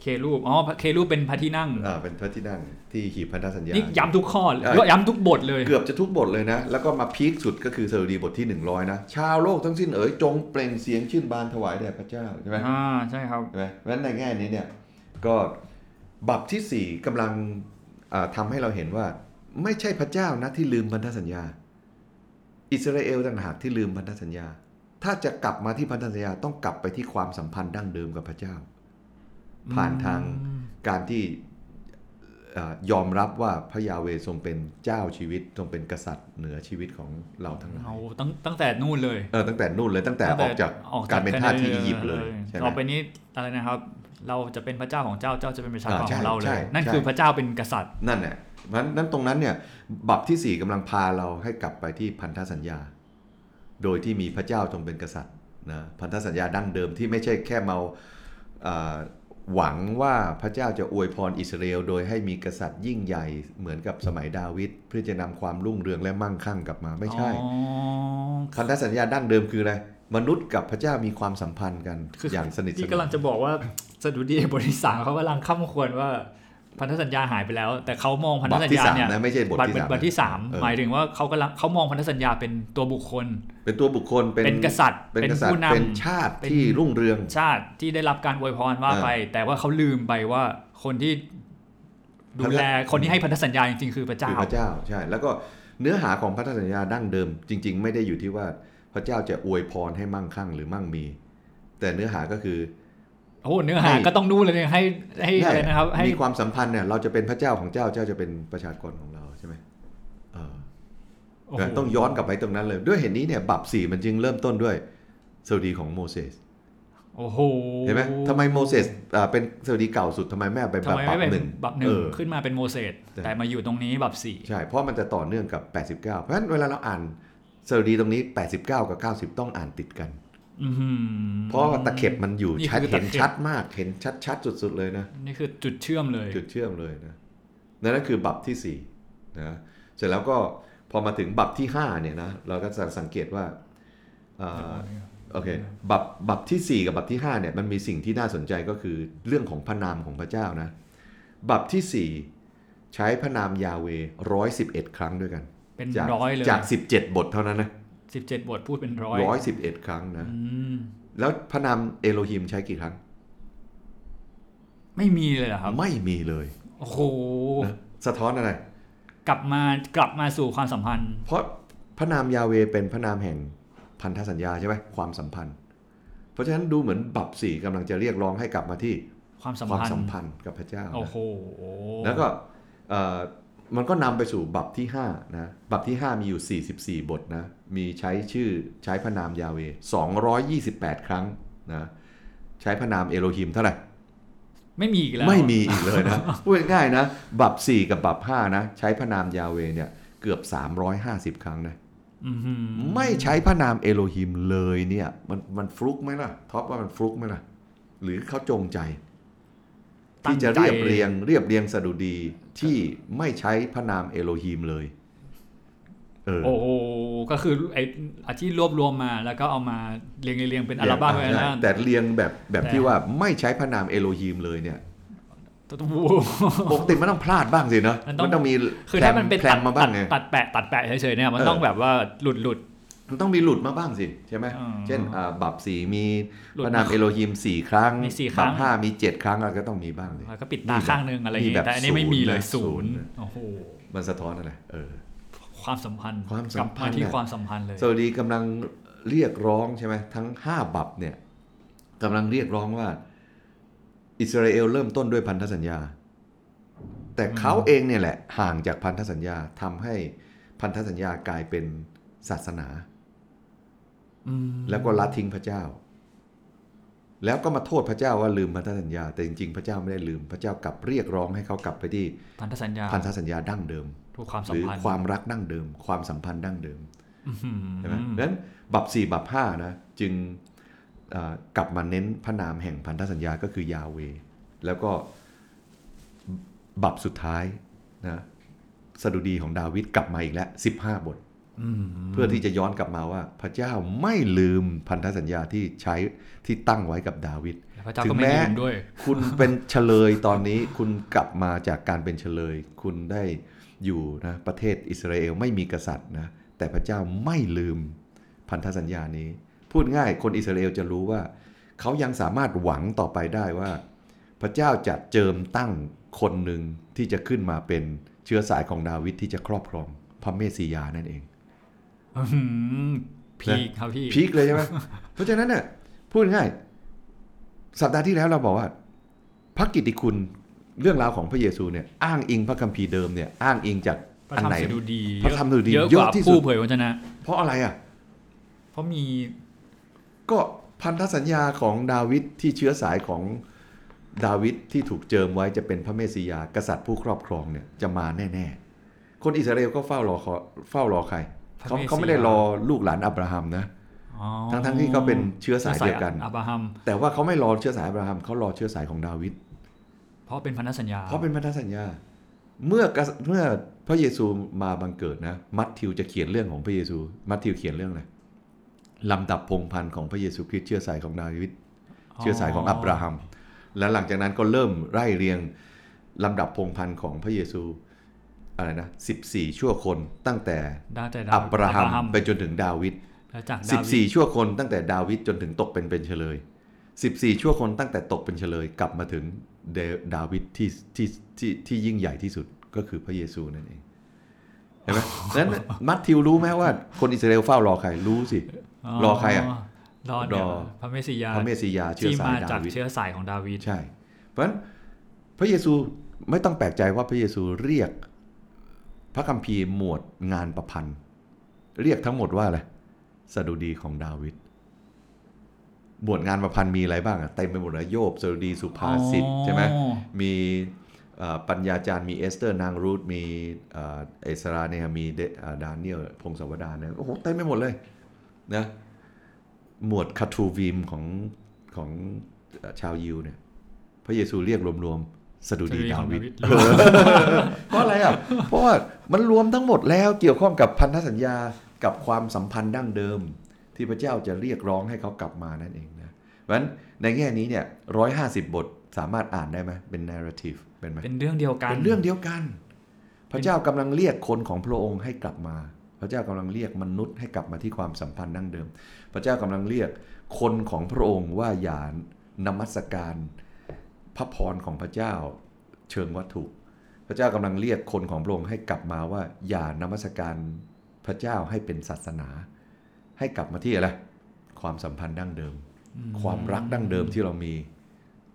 [SPEAKER 1] เครูปอ๋อพระเครูปเป็นพระที่นั่ง
[SPEAKER 2] อ่าเป็นพระที่นั่งที่หีบพันธสัญญา
[SPEAKER 1] นี่ย้ำทุกข้อ
[SPEAKER 2] เออ
[SPEAKER 1] ก็ย้ำทุกบทเลย
[SPEAKER 2] เกือบจะทุกบทเลยนะ แล้วก็มาพีคสุดก็คือสดุดีบทที่ 100 นะ ชาวโลกทั้งสิ้นเอ๋ยจงเปล่งเสียงชื่นบานถวายแด่พระเจ้า ใช่ไหม
[SPEAKER 1] อ่าใช่ครับ
[SPEAKER 2] ใช่ไหมเพราะฉะนั้นในแง่นี้เนี่ยก็บับที่สี่กำลังอ่าทำให้เราเห็นว่า ไม่ใช่พระเจ้านะที่ลืมพันธสัญญา อิสราเอลต่างหากที่ลืมพันธสัญญา ถ้าจะกลับมาที่พันธสัญญาต้องกลับไปที่ความสัมพันธ์ดั้งเดิมกับพระเจ้า ผ่านทาง การที่เอ่อยอมรับว่าพระยาเวทรงเป็นเจ้าชีวิตทรงเป็นกษัตริย์เหนือชีวิตของเราทั้งหลาย
[SPEAKER 1] เอาตั้งตั้งแต่นู่นเลย
[SPEAKER 2] เออตั้งแต่นู่นเลยตั้งแต่ออกจากการเป็นทาสที่อียิปต์เลยใช่ไหม
[SPEAKER 1] ต่อไปนี้อะไรนะครับ เราจะเป็นพระเจ้าของเจ้าเจ้าจะเป็นประชากร
[SPEAKER 2] อ่า
[SPEAKER 1] ข
[SPEAKER 2] ใช่
[SPEAKER 1] องเราเล
[SPEAKER 2] ใช่
[SPEAKER 1] ย นั่น
[SPEAKER 2] ใช่
[SPEAKER 1] คือพระเจ้าเป็นกษัตริย์
[SPEAKER 2] นั่นแหละนั้นนั้นตรงนั้นเนี่ย บับที่ 4กำลังพาเราให้กลับไปที่พันธสัญญา โดยที่มีพระเจ้าทรงเป็นกษัตริย์นะ พันธสัญญาดั้งเดิมที่ไม่ใช่แค่เมาอ่าหวังว่าพระเจ้าจะอวยพรอิสราเอลโดยให้มีกษัตริย์ยิ่งใหญ่เหมือนกับสมัยดาวิดเพื่อจะนำความรุ่งเรืองและมั่งคั่งกลับมาไม่ใช่
[SPEAKER 1] อ๋อ
[SPEAKER 2] พันธสัญญาดั้งเดิมคืออะไร มนุษย์กับพระเจ้ามีความสัมพันธ์กัน
[SPEAKER 1] คือ
[SPEAKER 2] อย่างสนิทส
[SPEAKER 1] ที่
[SPEAKER 2] น
[SPEAKER 1] กำลั
[SPEAKER 2] ม
[SPEAKER 1] งจะบอกว่าสดุดีบทที่สามเขากำลังข้ามควรว่าพันธสัญญาหายไปแล้ว แต่เขามองพันธ
[SPEAKER 2] บับ
[SPEAKER 1] สัญ
[SPEAKER 2] ที่
[SPEAKER 1] ญา
[SPEAKER 2] สาม
[SPEAKER 1] เนี่ย
[SPEAKER 2] นะไม่ใช่บท
[SPEAKER 1] บัตร
[SPEAKER 2] ที่สาม
[SPEAKER 1] บัตรที่สาม
[SPEAKER 2] เออ
[SPEAKER 1] หมายถึงว่าเขากำลังเขามองพันธสัญญาเป็นตัวบุคคล
[SPEAKER 2] เป็นตัวบุคคลเป็น
[SPEAKER 1] เป็นกษัตริย์
[SPEAKER 2] เป็น
[SPEAKER 1] เป็น
[SPEAKER 2] กษัตริ
[SPEAKER 1] ผู้
[SPEAKER 2] ย์
[SPEAKER 1] น
[SPEAKER 2] เป็นชาติที่รุ่งเรือง
[SPEAKER 1] ำชาติที่ได้รับการอวยพรว่า
[SPEAKER 2] เออ
[SPEAKER 1] ไป แต่ว่าเขาลืมไปว่าคนที่ดูแล
[SPEAKER 2] พันธ
[SPEAKER 1] คนที่ให้พันธสัญญาจริงๆคือพระเจ้า
[SPEAKER 2] คือพระเจ้าใช่ แล้วก็เนื้อหาของพันธสัญญาดั้งเดิม จริง ๆ ไม่ได้อยู่ที่ว่าพระเจ้าจะอวยพรให้มั่งคั่งหรือมั่งมี แต่เนื้อหาก็คือ
[SPEAKER 1] โอ้โหเนื้อหา
[SPEAKER 2] ให้
[SPEAKER 1] ก็ต้องนู่นเลยเนี่ยให้ให้อะไรนะครับ ให้
[SPEAKER 2] มีความสัมพันธ์เนี่ยเราจะเป็นพระเจ้าของเจ้าเจ้าจะเป็นประชากรของเราใช่ไหมเออ
[SPEAKER 1] โอ้โห
[SPEAKER 2] ต้องย้อนกลับไปตรงนั้นเลย ด้วยเหตุนนี้เนี่ยบับสี่มันจึงเริ่มต้นด้วยสวัสดีของโมเสส
[SPEAKER 1] โอ้โห
[SPEAKER 2] เห็นไหมทำไมโมเสสอ่าเป็นสวัสดีเก่าสุดทำไมแม่ไป
[SPEAKER 1] ทำ
[SPEAKER 2] บับ
[SPEAKER 1] ไม
[SPEAKER 2] บับ
[SPEAKER 1] ไม่
[SPEAKER 2] ห
[SPEAKER 1] เป็
[SPEAKER 2] นึ่
[SPEAKER 1] น
[SPEAKER 2] ง
[SPEAKER 1] บับหนึ่
[SPEAKER 2] เอง อ
[SPEAKER 1] ขึ้นมาเป็นโมเสส
[SPEAKER 2] แต่
[SPEAKER 1] แต่มาอยู่ตรงนี้บับสี่
[SPEAKER 2] ใช่ เพราะมันจะต่อเนื่องกับ 89 เพราะฉะนั้นเวลาเราอ่านสดุดีตรงนี้ 89 กับ 90 ต้องอ่านติดกัน
[SPEAKER 1] อื้อหือ
[SPEAKER 2] เพราะตะเข็บมันอยู่
[SPEAKER 1] นี่
[SPEAKER 2] ชัด
[SPEAKER 1] คือตะ
[SPEAKER 2] เห็น
[SPEAKER 1] เข็บ
[SPEAKER 2] ชัดมากเห็นชัดชัดสุด ๆ เลยนะ
[SPEAKER 1] นี่คือจุดเชื่อมเลย
[SPEAKER 2] จุดเชื่อมเลยนะนั่นก็คือบับที่ 4 นะ เสร็จแล้วก็พอมาถึงบับที่ 5 เนี่ยนะ เราก็จะสังเกตว่าเอ่อโอเคบับบับทีสี่4 กับบับที่ 5 เนี่ยมันมีสิ่งที่น่าสนใจก็คือเรื่องของพระนามของพระเจ้านะ บับทีสี่ 4 ใช้พระนามยาเวร้อยสิบเอ็ดครั้งด้วยกัน
[SPEAKER 1] เป็น
[SPEAKER 2] จาก
[SPEAKER 1] ร้อยเลย
[SPEAKER 2] จาก 17 บทเท่านั้นนะ
[SPEAKER 1] สิบเจ็ดบทพูดเป็นร้อย
[SPEAKER 2] ร้อยสิบเอ็ดครั้งนะ
[SPEAKER 1] อืม
[SPEAKER 2] แล้วพระนามเอโลฮิมใช้กี่ครั้ง
[SPEAKER 1] ไม่มีเลยเหรอครับ
[SPEAKER 2] ไม่มีเลย
[SPEAKER 1] โอ้โห
[SPEAKER 2] นะสะท้อนอะไร
[SPEAKER 1] กลับมากลับมาสู่ความสัมพันธ์
[SPEAKER 2] เพราะพระนามยาเวเป็นพระนามแห่งพันธสัญญาใช่ไหมความสัมพันธ์ เพราะฉะนั้นดูเหมือนบับสี่กำลังจะเรียกร้องให้กลับมาที่
[SPEAKER 1] ความสัม
[SPEAKER 2] ความ
[SPEAKER 1] พัน
[SPEAKER 2] สัม
[SPEAKER 1] ธ์
[SPEAKER 2] พันธ์กับพระเจ้านะ
[SPEAKER 1] โอ้โห
[SPEAKER 2] แล้วก็เอ่อมันก็นำไปสู่บับที่5นะบับที่ 5 มีอยู่ 44 บทนะมีใช้ชื่อใช้พระนามยาเว 228 ครั้งนะใช้พระนามเอโลฮิมเท่าไหร่
[SPEAKER 1] ไม่มีอีกแล้ว
[SPEAKER 2] ไม่มีอีกเลย นะ พูดง่ายๆนะ บับ 4 กับบับ 5 นะ ใช้พระนามยาเวเนี่ยเกือบ 350 ครั้งนะ
[SPEAKER 1] อื้อหือ
[SPEAKER 2] ไม่ใช้พระนามเอโลฮิมเลยเนี่ย มันมันฟลุกไหมล่ะท็อปว่ามันฟลุกไหมล่ะ หรือเขาจงใจ ที่จะ
[SPEAKER 1] ตั้
[SPEAKER 2] เรีย
[SPEAKER 1] ง
[SPEAKER 2] บเรียงเรียบเรียงสดุดีที่ไม่ใช้พระนามเอโลฮิมเลยเออ
[SPEAKER 1] โอ้โห ก็คือไอ้อาที่รวบรวมมาแล้วก็เอามาเรียงเรียงๆเป็นอัลบั้มไว้
[SPEAKER 2] ใช่
[SPEAKER 1] นะ
[SPEAKER 2] แต่เรียงแบบแบบ
[SPEAKER 1] แต่
[SPEAKER 2] ที่ว่าไม่ใช้พระนามเอโลฮิมเลยเนี่ย
[SPEAKER 1] ตัวตัวบู
[SPEAKER 2] ปกติมันต้องพลาดบ้างสิเนอะมันต้องมี
[SPEAKER 1] คือ
[SPEAKER 2] แพล
[SPEAKER 1] ถ้าม มันเป็น
[SPEAKER 2] แพล
[SPEAKER 1] ตัด
[SPEAKER 2] มมาบ้างไง
[SPEAKER 1] ตัดแปะตัดแปะเฉยๆเนี่ยมัน
[SPEAKER 2] เออ
[SPEAKER 1] ต้องแบบว่าหลุดหลุด
[SPEAKER 2] มันต้องมีหลุดมาบ้างสิ ใช่ไหม
[SPEAKER 1] อ๋อ
[SPEAKER 2] เช่นอ่าบับสีมี
[SPEAKER 1] หลุด
[SPEAKER 2] พระนามเอโลฮิมสี่ครั้ง
[SPEAKER 1] มีสี่ครั้
[SPEAKER 2] บั
[SPEAKER 1] ง
[SPEAKER 2] บห้ามีเจ็ดครั้งอะไรก็ต้องมีบ้างสิ
[SPEAKER 1] แล้วก็ปิดตาข้างนึงอะไรอย่าง
[SPEAKER 2] มีแบ
[SPEAKER 1] เงี้
[SPEAKER 2] บ
[SPEAKER 1] ยแต่อันนี้ไม่มีเลย
[SPEAKER 2] ศู
[SPEAKER 1] ศูน
[SPEAKER 2] นย์
[SPEAKER 1] ย์
[SPEAKER 2] นะ
[SPEAKER 1] โอ้โห
[SPEAKER 2] มันสะท้อนอะไรเออ
[SPEAKER 1] ความสัมพันธ์
[SPEAKER 2] ความสัม
[SPEAKER 1] ก
[SPEAKER 2] พันธ์
[SPEAKER 1] ลับมาที่
[SPEAKER 2] เนี่ย
[SPEAKER 1] ความสัมพันธ์เลย
[SPEAKER 2] สวัสดีกำลังเรียกร้องใช่ไหมทั้งห้าบับเนี่ยกำลังเรียกร้องว่า อิสราเอลเริ่มต้นด้วยพันธสัญญา แต่เขาเองเนี่ยแหละห่างจากพันธสัญญาทำให้พันธสัญญากลายเป็นศาสนา
[SPEAKER 1] อืม
[SPEAKER 2] แล้วก็ละทิ้งพระเจ้า แล้วก็มาโทษพระเจ้าว่าลืมพันธสัญญา แต่จริงๆ พระเจ้าไม่ได้ลืม พระเจ้ากลับเรียกร้องให้เขากลับไปที่
[SPEAKER 1] พันธสัญญา
[SPEAKER 2] พันธสัญญาดั้งเดิม
[SPEAKER 1] ทุกความ
[SPEAKER 2] ห
[SPEAKER 1] สัม
[SPEAKER 2] รือ
[SPEAKER 1] พันธ์
[SPEAKER 2] ความรักดั้งเดิม ความสัมพันธ์ดั้งเดิม
[SPEAKER 1] อื้อหือ
[SPEAKER 2] ใช่ไหมดังนั้นบับสี่บับห้านะจึงเอ่อกลับมาเน้นพระนามแห่งพันธสัญญาก็คือยาเว แล้วก็บับสุดท้ายนะสดุดีของดาวิดกลับมาอีกแล้ว15 บท
[SPEAKER 1] อื้อหื
[SPEAKER 2] เพื่อที่จะย้อนกลับมาว่าพระเจ้าไม่ลืมพันธสัญญาที่ใช้ที่ตั้งไว้กับดาวิด
[SPEAKER 1] แล้วพระเจ้า
[SPEAKER 2] ถึง
[SPEAKER 1] ก็ไม่
[SPEAKER 2] แม้
[SPEAKER 1] ลืมด้วย
[SPEAKER 2] คุณเป็นเฉลยตอนนี้คุณกลับมาจากการเป็นเฉลย คุณได้อยู่นะประเทศอิสราเอลไม่มีกษัตริย์นะแต่พระเจ้าไม่ลืมพันธสัญญานี้ พูดง่ายคนอิสราเอลจะรู้ว่า เขายังสามารถหวังต่อไปได้ว่า พระเจ้าจะเจิมตั้งคนหนึ่งที่จะขึ้นมาเป็นเชื้อสายของดาวิดที่จะครอบครองพระเมสสิยานั่นเอง
[SPEAKER 1] อื้อหือพีคครับพี่
[SPEAKER 2] พีคเลย ใช่ไหม เพราะฉะนั้นเนี่ยพูดง่ายสัปดาห์ที่แล้วเราบอกว่า พระกิตติคุณเรื่องราวของพระเยซูเนี่ยอ้างอิงพระคัมภีร์เดิมเนี่ยอ้างอิงจาก
[SPEAKER 1] พระ
[SPEAKER 2] อัน
[SPEAKER 1] ธรรม
[SPEAKER 2] ไหน
[SPEAKER 1] สดุดี
[SPEAKER 2] พระธรรมสดุดี
[SPEAKER 1] เยอะ
[SPEAKER 2] เย
[SPEAKER 1] ก
[SPEAKER 2] อะ
[SPEAKER 1] ว่า
[SPEAKER 2] ที่สุด
[SPEAKER 1] ผู้เผยพระชนะ
[SPEAKER 2] เพราะอะไรอ่ะ
[SPEAKER 1] เพราะมี
[SPEAKER 2] ก็พันธสัญญาของดาวิดที่เชื้อสายของดาวิดที่ถูกเจิมไว้จะเป็นพระเมสสิยากษัตริย์ผู้ครอบครองเนี่ยจะมาแน่ ๆ คนอิสราเอลก็เฝ้ารอคอยเฝ้ารอใคร
[SPEAKER 1] พระ
[SPEAKER 2] เขา
[SPEAKER 1] เมสสิยา
[SPEAKER 2] เขาไม่ได้รอลูกหลานอับราฮัมนะ
[SPEAKER 1] อ๋อ
[SPEAKER 2] ทั้งๆที่เขาเป็นเชื้อสายเดียวกัน
[SPEAKER 1] อับราฮัม
[SPEAKER 2] แต่ว่าเขาไม่รอเชื้อสายอับราฮัมเขารอเชื้อสายของดาวิด
[SPEAKER 1] เพราะเป็นพันธสัญญา
[SPEAKER 2] เพราะเป็นพันธสัญญา เมื่อกษัตริย์เมื่อพระเยซูมาบังเกิดนะ มัทธิวจะเขียนเรื่องของพระเยซู มัทธิวเขียนเรื่องอะไรลำดับพงศ์พันธุ์ของพระเยซูคริสต์เชื้อสายของดาวิด เชื้อสายของอับราฮัม และหลังจากนั้นก็เริ่มไล่เรียงลำดับพงศ์พันธุ์ของพระเยซูอะไรนะ14 ชั่วคนตั้งแต่
[SPEAKER 1] ได้แต่
[SPEAKER 2] อับราฮัมไปจนถึงดาวิด
[SPEAKER 1] แล้วจากดาวิด
[SPEAKER 2] 14 ชั่วคนตั้งแต่ดาวิดจนถึงตกเป็นเป็นเฉลย 14 ชั่วคนตั้งแต่ตกเป็นเฉลยกลับมาถึงเดดาวิดที่ที่ที่ที่ยิ่งใหญ่ที่สุดก็คือพระเยซูนั่นเองเห็นไหม ดังนั้นมัทธิวรู้ไหมว่าคนอิสราเอลเฝ้ารอใครรู้สิ รอใครอะ
[SPEAKER 1] รอเดี๋ยว
[SPEAKER 2] รอ
[SPEAKER 1] พระเมสสิยา
[SPEAKER 2] พระเมสสิยาเชื้อสาม
[SPEAKER 1] ที่าย
[SPEAKER 2] ดา
[SPEAKER 1] จาก
[SPEAKER 2] วิด
[SPEAKER 1] เชื้อสายของดาวิด
[SPEAKER 2] ใช่ เพราะฉะนั้นพระเยซูไม่ต้องแปลกใจว่าพระเยซูเรียกพระคัมภีร์หมวดงานประพันธ์ เรียกทั้งหมดว่าอะไรสดุดีของดาวิด หมวดงานประพันธ์มีอะไรบ้างอะเต็มไปหมดเลยโยบสดุดีสุภาษิตใช่ไหม
[SPEAKER 1] อ๋อ
[SPEAKER 2] มีเอ่อปัญญาจารย์มีเอสเตอร์นางรูทมีเอ่อเอสราเนี่ยมีเดเอ่อดาเนียลพงศาวดารเนี่ยโอ้โหเต็มไปหมดเลยนะหมวดคาทูวีมของของเอ่อชาวยิวเนี่ยพระเยซูเรียกรวมๆสดุดีดาวิด เพราะอะไรอ่ะ เพราะว่ามันรวมทั้งหมดแล้วเกี่ยวข้องกับพันธสัญญากับความสัมพันธ์ดั้งเดิม ที่พระเจ้าจะเรียกร้องให้เขากลับมานั่นเองนะเพราะฉะนั้นในแง่นี้เนี่ยร้อยห้าสิบบทสามารถอ่านได้ไหมเป็น narrative เป็นไหม
[SPEAKER 1] เป็นเรื่องเดียวกัน
[SPEAKER 2] เป็นเรื่องเดียวกัน พระเจ้ากำลังเรียกคนของพระองค์ให้กลับมา พระเจ้ากำลังเรียกมนุษย์ให้กลับมาที่ความสัมพันธ์ดั้งเดิม พระเจ้ากำลังเรียกคนของพระองค์ว่าอย่านมัสการพระพรของพระเจ้าเชิงวัตถุ พระเจ้ากำลังเรียกคนของพระองค์ให้กลับมาว่า อย่านมัสการพระเจ้าให้เป็นศาสนา ให้กลับมาที่อะไรความสัมพันธ์ดั้งเดิม
[SPEAKER 1] อืม
[SPEAKER 2] ความรักดั้งเดิมที่เรามี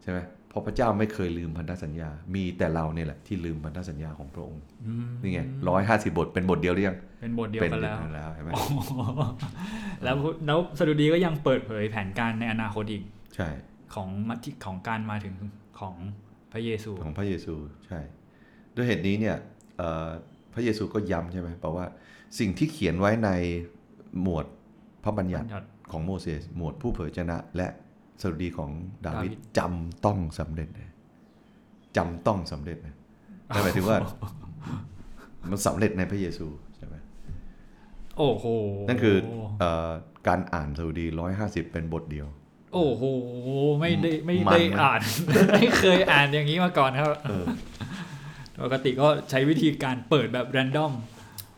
[SPEAKER 2] ใช่ไหมเพราะพระเจ้าไม่เคยลืมพันธสัญญา มีแต่เราเนี่ยแหละที่ลืมพันธสัญญาของพระองค์
[SPEAKER 1] อืม
[SPEAKER 2] นี่ไงร้อยห้าสิบบทเป็นบทเดียวหรือยัง
[SPEAKER 1] เป็นบทเดียว
[SPEAKER 2] เป็น
[SPEAKER 1] กันแล้ว
[SPEAKER 2] เดียวแล้วใช่ไหม
[SPEAKER 1] โอ้โหแล้วแล้วสดุดีก็ยังเปิดเผยแผนการในอนาคตอีก
[SPEAKER 2] ใช่
[SPEAKER 1] ของมัทธิของการมาถึงของพระเยซู
[SPEAKER 2] ของพระเยซูใช่ ด้วยเหตุนี้เนี่ยเอ่อพระเยซูก็ย้ำใช่ไหมบอกว่าสิ่งที่เขียนไว้ในหมวดพระบัญญัติ ของโมเสสหมวดผู้เผยชนะ และสดุดีของดาวิด
[SPEAKER 1] ดาวิด
[SPEAKER 2] จำต้องสำเร็จนะจำต้องสำเร็จนะนั่นหมายถึงว่า มันสำเร็จในพระเยซูใช่ไหม
[SPEAKER 1] โอ้โห
[SPEAKER 2] นั่นคือเอ่อการอ่านสดุดีร้อยห้าสิบเป็นบทเดียว
[SPEAKER 1] โอ้โห ไม่ได้ไม่
[SPEAKER 2] มัน
[SPEAKER 1] ได้
[SPEAKER 2] ไหม
[SPEAKER 1] อ่าน ไม่เคยอ่านอย่างนี้มาก่อนครับ
[SPEAKER 2] เออ
[SPEAKER 1] ปกติก็ใช้วิธีการเปิดแบบแรนดอม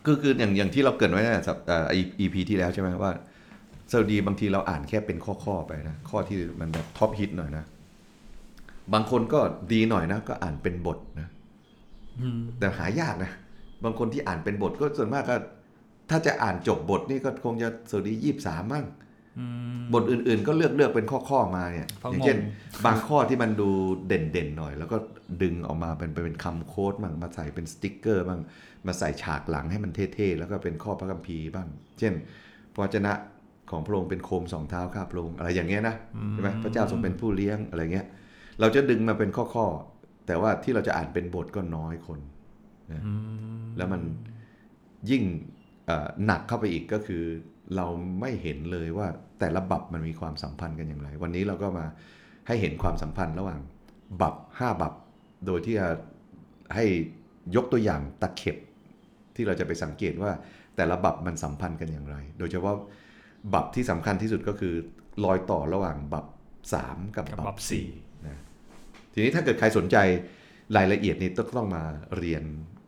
[SPEAKER 2] คือคืออย่างอย่างที่เราเกริดไว้ในสัปเอ่อ EP ที่แล้วใช่ไหมว่าสวัสดีบางทีเราอ่านแค่เป็นข้อๆไปนะ ข้อที่มันแบบท็อปฮิตหน่อยนะ บางคนก็ดีหน่อยนะ ก็อ่านเป็นบทนะ
[SPEAKER 1] อืม
[SPEAKER 2] แต่หายากนะ บางคนที่อ่านเป็นบทก็ส่วนมากก็ ถ้าจะอ่านจบบทนี่ก็คงจะสวัสดียี่สามมั่ง
[SPEAKER 1] อืม
[SPEAKER 2] บทอื่นๆ ก็เลือกเลือกเป็นข้อๆมาเนี่ย
[SPEAKER 1] เพราะ
[SPEAKER 2] อย่างเช่น
[SPEAKER 1] ง
[SPEAKER 2] บางข้อที่มันดูเด่นๆหน่อย แล้วก็ดึงออกมาเป็นเป็นคำโค้ดบ้างมาใส่เป็นสติ๊กเกอร์บ้างมาใส่ฉากหลังให้มันเท่ๆ แล้วก็เป็นข้อพระคัมภีร์บ้าง เช่นพระวจนะ ของพระองค์เป็นโคมสองเท้าข้าพระองค์อะไรอย่างเงี้ยนะใช่ไหมพระเจ้าทรงเป็นผู้เลี้ยงอะไรเงี้ย เราจะดึงมาเป็นข้อๆ แต่ว่าที่เราจะอ่านเป็นบทก็น้อยคน
[SPEAKER 1] อืม
[SPEAKER 2] แล้วมันยิ่งเอ่อหนักเข้าไปอีกก็คือ เราไม่เห็นเลยว่าแต่ละบับมันมีความสัมพันธ์กันอย่างไร วันนี้เราก็มาให้เห็นความสัมพันธ์ระหว่างบับห้าบับ โดยที่จะให้ยกตัวอย่างตะเข็บ ที่เราจะไปสังเกตว่าแต่ละบับมันสัมพันธ์กันอย่างไร โดยเฉพาะบับที่สำคัญที่สุดก็คือรอยต่อระหว่างบับสามกับ
[SPEAKER 1] กับ
[SPEAKER 2] บั
[SPEAKER 1] บั
[SPEAKER 2] บบ
[SPEAKER 1] สี่
[SPEAKER 2] ทีนี้ถ้าเกิดใครสนใจรายละเอียดนี้ต้องต้องมาเรียน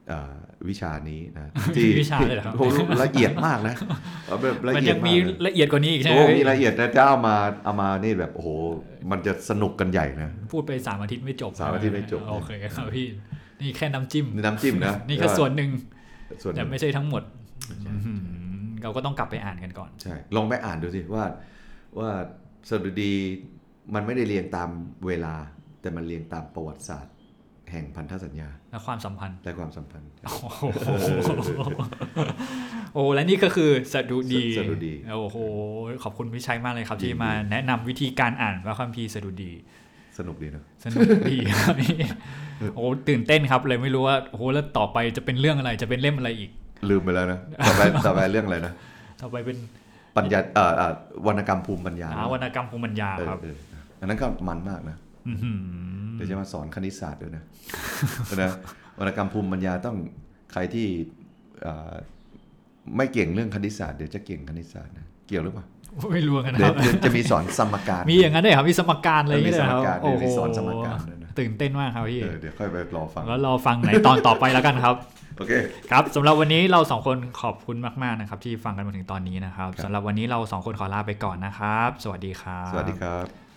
[SPEAKER 2] เอ่อวิชานี้นะ
[SPEAKER 1] มีวิชาเลยเหรอครับ
[SPEAKER 2] โอ้โหละเอียดมากนะ เอาแบบละ
[SPEAKER 1] มัน
[SPEAKER 2] เอีย
[SPEAKER 1] ยั
[SPEAKER 2] ด
[SPEAKER 1] ง
[SPEAKER 2] มา
[SPEAKER 1] มี
[SPEAKER 2] กเลย
[SPEAKER 1] ละเอียดกว่านี้อีกใช่
[SPEAKER 2] โอ้
[SPEAKER 1] ไหม
[SPEAKER 2] มีละเอียดนะจะเอามาเอามานี่แบบโอ้โหมันจะสนุกกันใหญ่นะ
[SPEAKER 1] พูดไปสามอาทิตย์ไม่จบ
[SPEAKER 2] สามอาทิตย์ไม่จบ
[SPEAKER 1] โอเคครับพี่ นี่แค่น้ำจิ้ม
[SPEAKER 2] น้ำจิ้มนะ
[SPEAKER 1] นี่แค่ส่วนหนึ่ง
[SPEAKER 2] ส่วนห
[SPEAKER 1] แต่
[SPEAKER 2] นึ่ง
[SPEAKER 1] ไม่ใช่ทั้งหมด
[SPEAKER 2] ใช่
[SPEAKER 1] อืมเราก็ต้องกลับไปอ่านกันก่อน
[SPEAKER 2] ใช่ลองไปอ่านดูสิว่าว่าสดุดีมันไม่ได้เรียงตามเวลา แต่มันเรียงตามประวัติศาสตร์ แห่งพันธสัญญา
[SPEAKER 1] และความสัมพั นธ์
[SPEAKER 2] และความสัมพันธ์
[SPEAKER 1] โอ้โหโอ้และนี่ก็คือสดุดี
[SPEAKER 2] สดุดี
[SPEAKER 1] โอ้โห ขอบคุณพี่ชัยมากเลยครับ ที่มาแนะนำวิธีการอ่านพระคัมภีร์สดุดี
[SPEAKER 2] สนุกดีเนอะ
[SPEAKER 1] สนุกดีครับพี่โอ้ตื่นเต้นครับเลยไม่รู้ว่าโอ้โหแล้วต่อไปจะเป็นเรื่องอะไรจะเป็นเล่มอะไรอีก
[SPEAKER 2] ลืมไปแล้วนะ ต่อไปต่อไปเรื่องอะไรนะ
[SPEAKER 1] ต่อไปเป็น
[SPEAKER 2] ปัญญาเอ่อเอ่อวรรณกรรมภูมิปัญญา
[SPEAKER 1] อาวรรณกรรมภูมิปัญญา
[SPEAKER 2] เออ
[SPEAKER 1] ครับ
[SPEAKER 2] เอออันนั้นก็มันมากนะ
[SPEAKER 1] อื้อหือ
[SPEAKER 2] เดี๋ยวจะมาสอนคณิตศาสตร์ด้วยนะ นะวรรณกรรมภูมิปัญญาต้องใครที่เอ่อไม่เก่งเรื่องคณิตศาสตร์เดี๋ยวจะเก่งคณิตศาสตร์นะ เกี่ยวหรือเปล่า
[SPEAKER 1] ไม่รู้กันนะ
[SPEAKER 2] เดี๋
[SPEAKER 1] ค
[SPEAKER 2] ยว
[SPEAKER 1] รับ
[SPEAKER 2] เดี๋ยวจะมีสอนสมการ
[SPEAKER 1] มีอย่างนั้นด้วยครับมีสมการอะไรอย่างนี้
[SPEAKER 2] มี
[SPEAKER 1] เล
[SPEAKER 2] ส
[SPEAKER 1] ย
[SPEAKER 2] ม
[SPEAKER 1] ครับ
[SPEAKER 2] การ
[SPEAKER 1] โอ้
[SPEAKER 2] มี
[SPEAKER 1] โห
[SPEAKER 2] สอนสมการด้วยนะ
[SPEAKER 1] ตื่นเต้นมากครับพี่
[SPEAKER 2] เออเดี๋ยวค่อยไปรอฟัง
[SPEAKER 1] แล้วรอฟังไหนตอนต่อไปแล้วกันครับ
[SPEAKER 2] โอเค
[SPEAKER 1] ครับสำหรับวันนี้เราสองคนขอบคุณมาก ๆ นะครับ ที่ฟังกันมาถึงตอนนี้นะครับ
[SPEAKER 2] ครับ
[SPEAKER 1] สำหรับวันนี้เราสองคนขอลาไปก่อนนะครับ สวัสดีครับ
[SPEAKER 2] สวัสดีครับ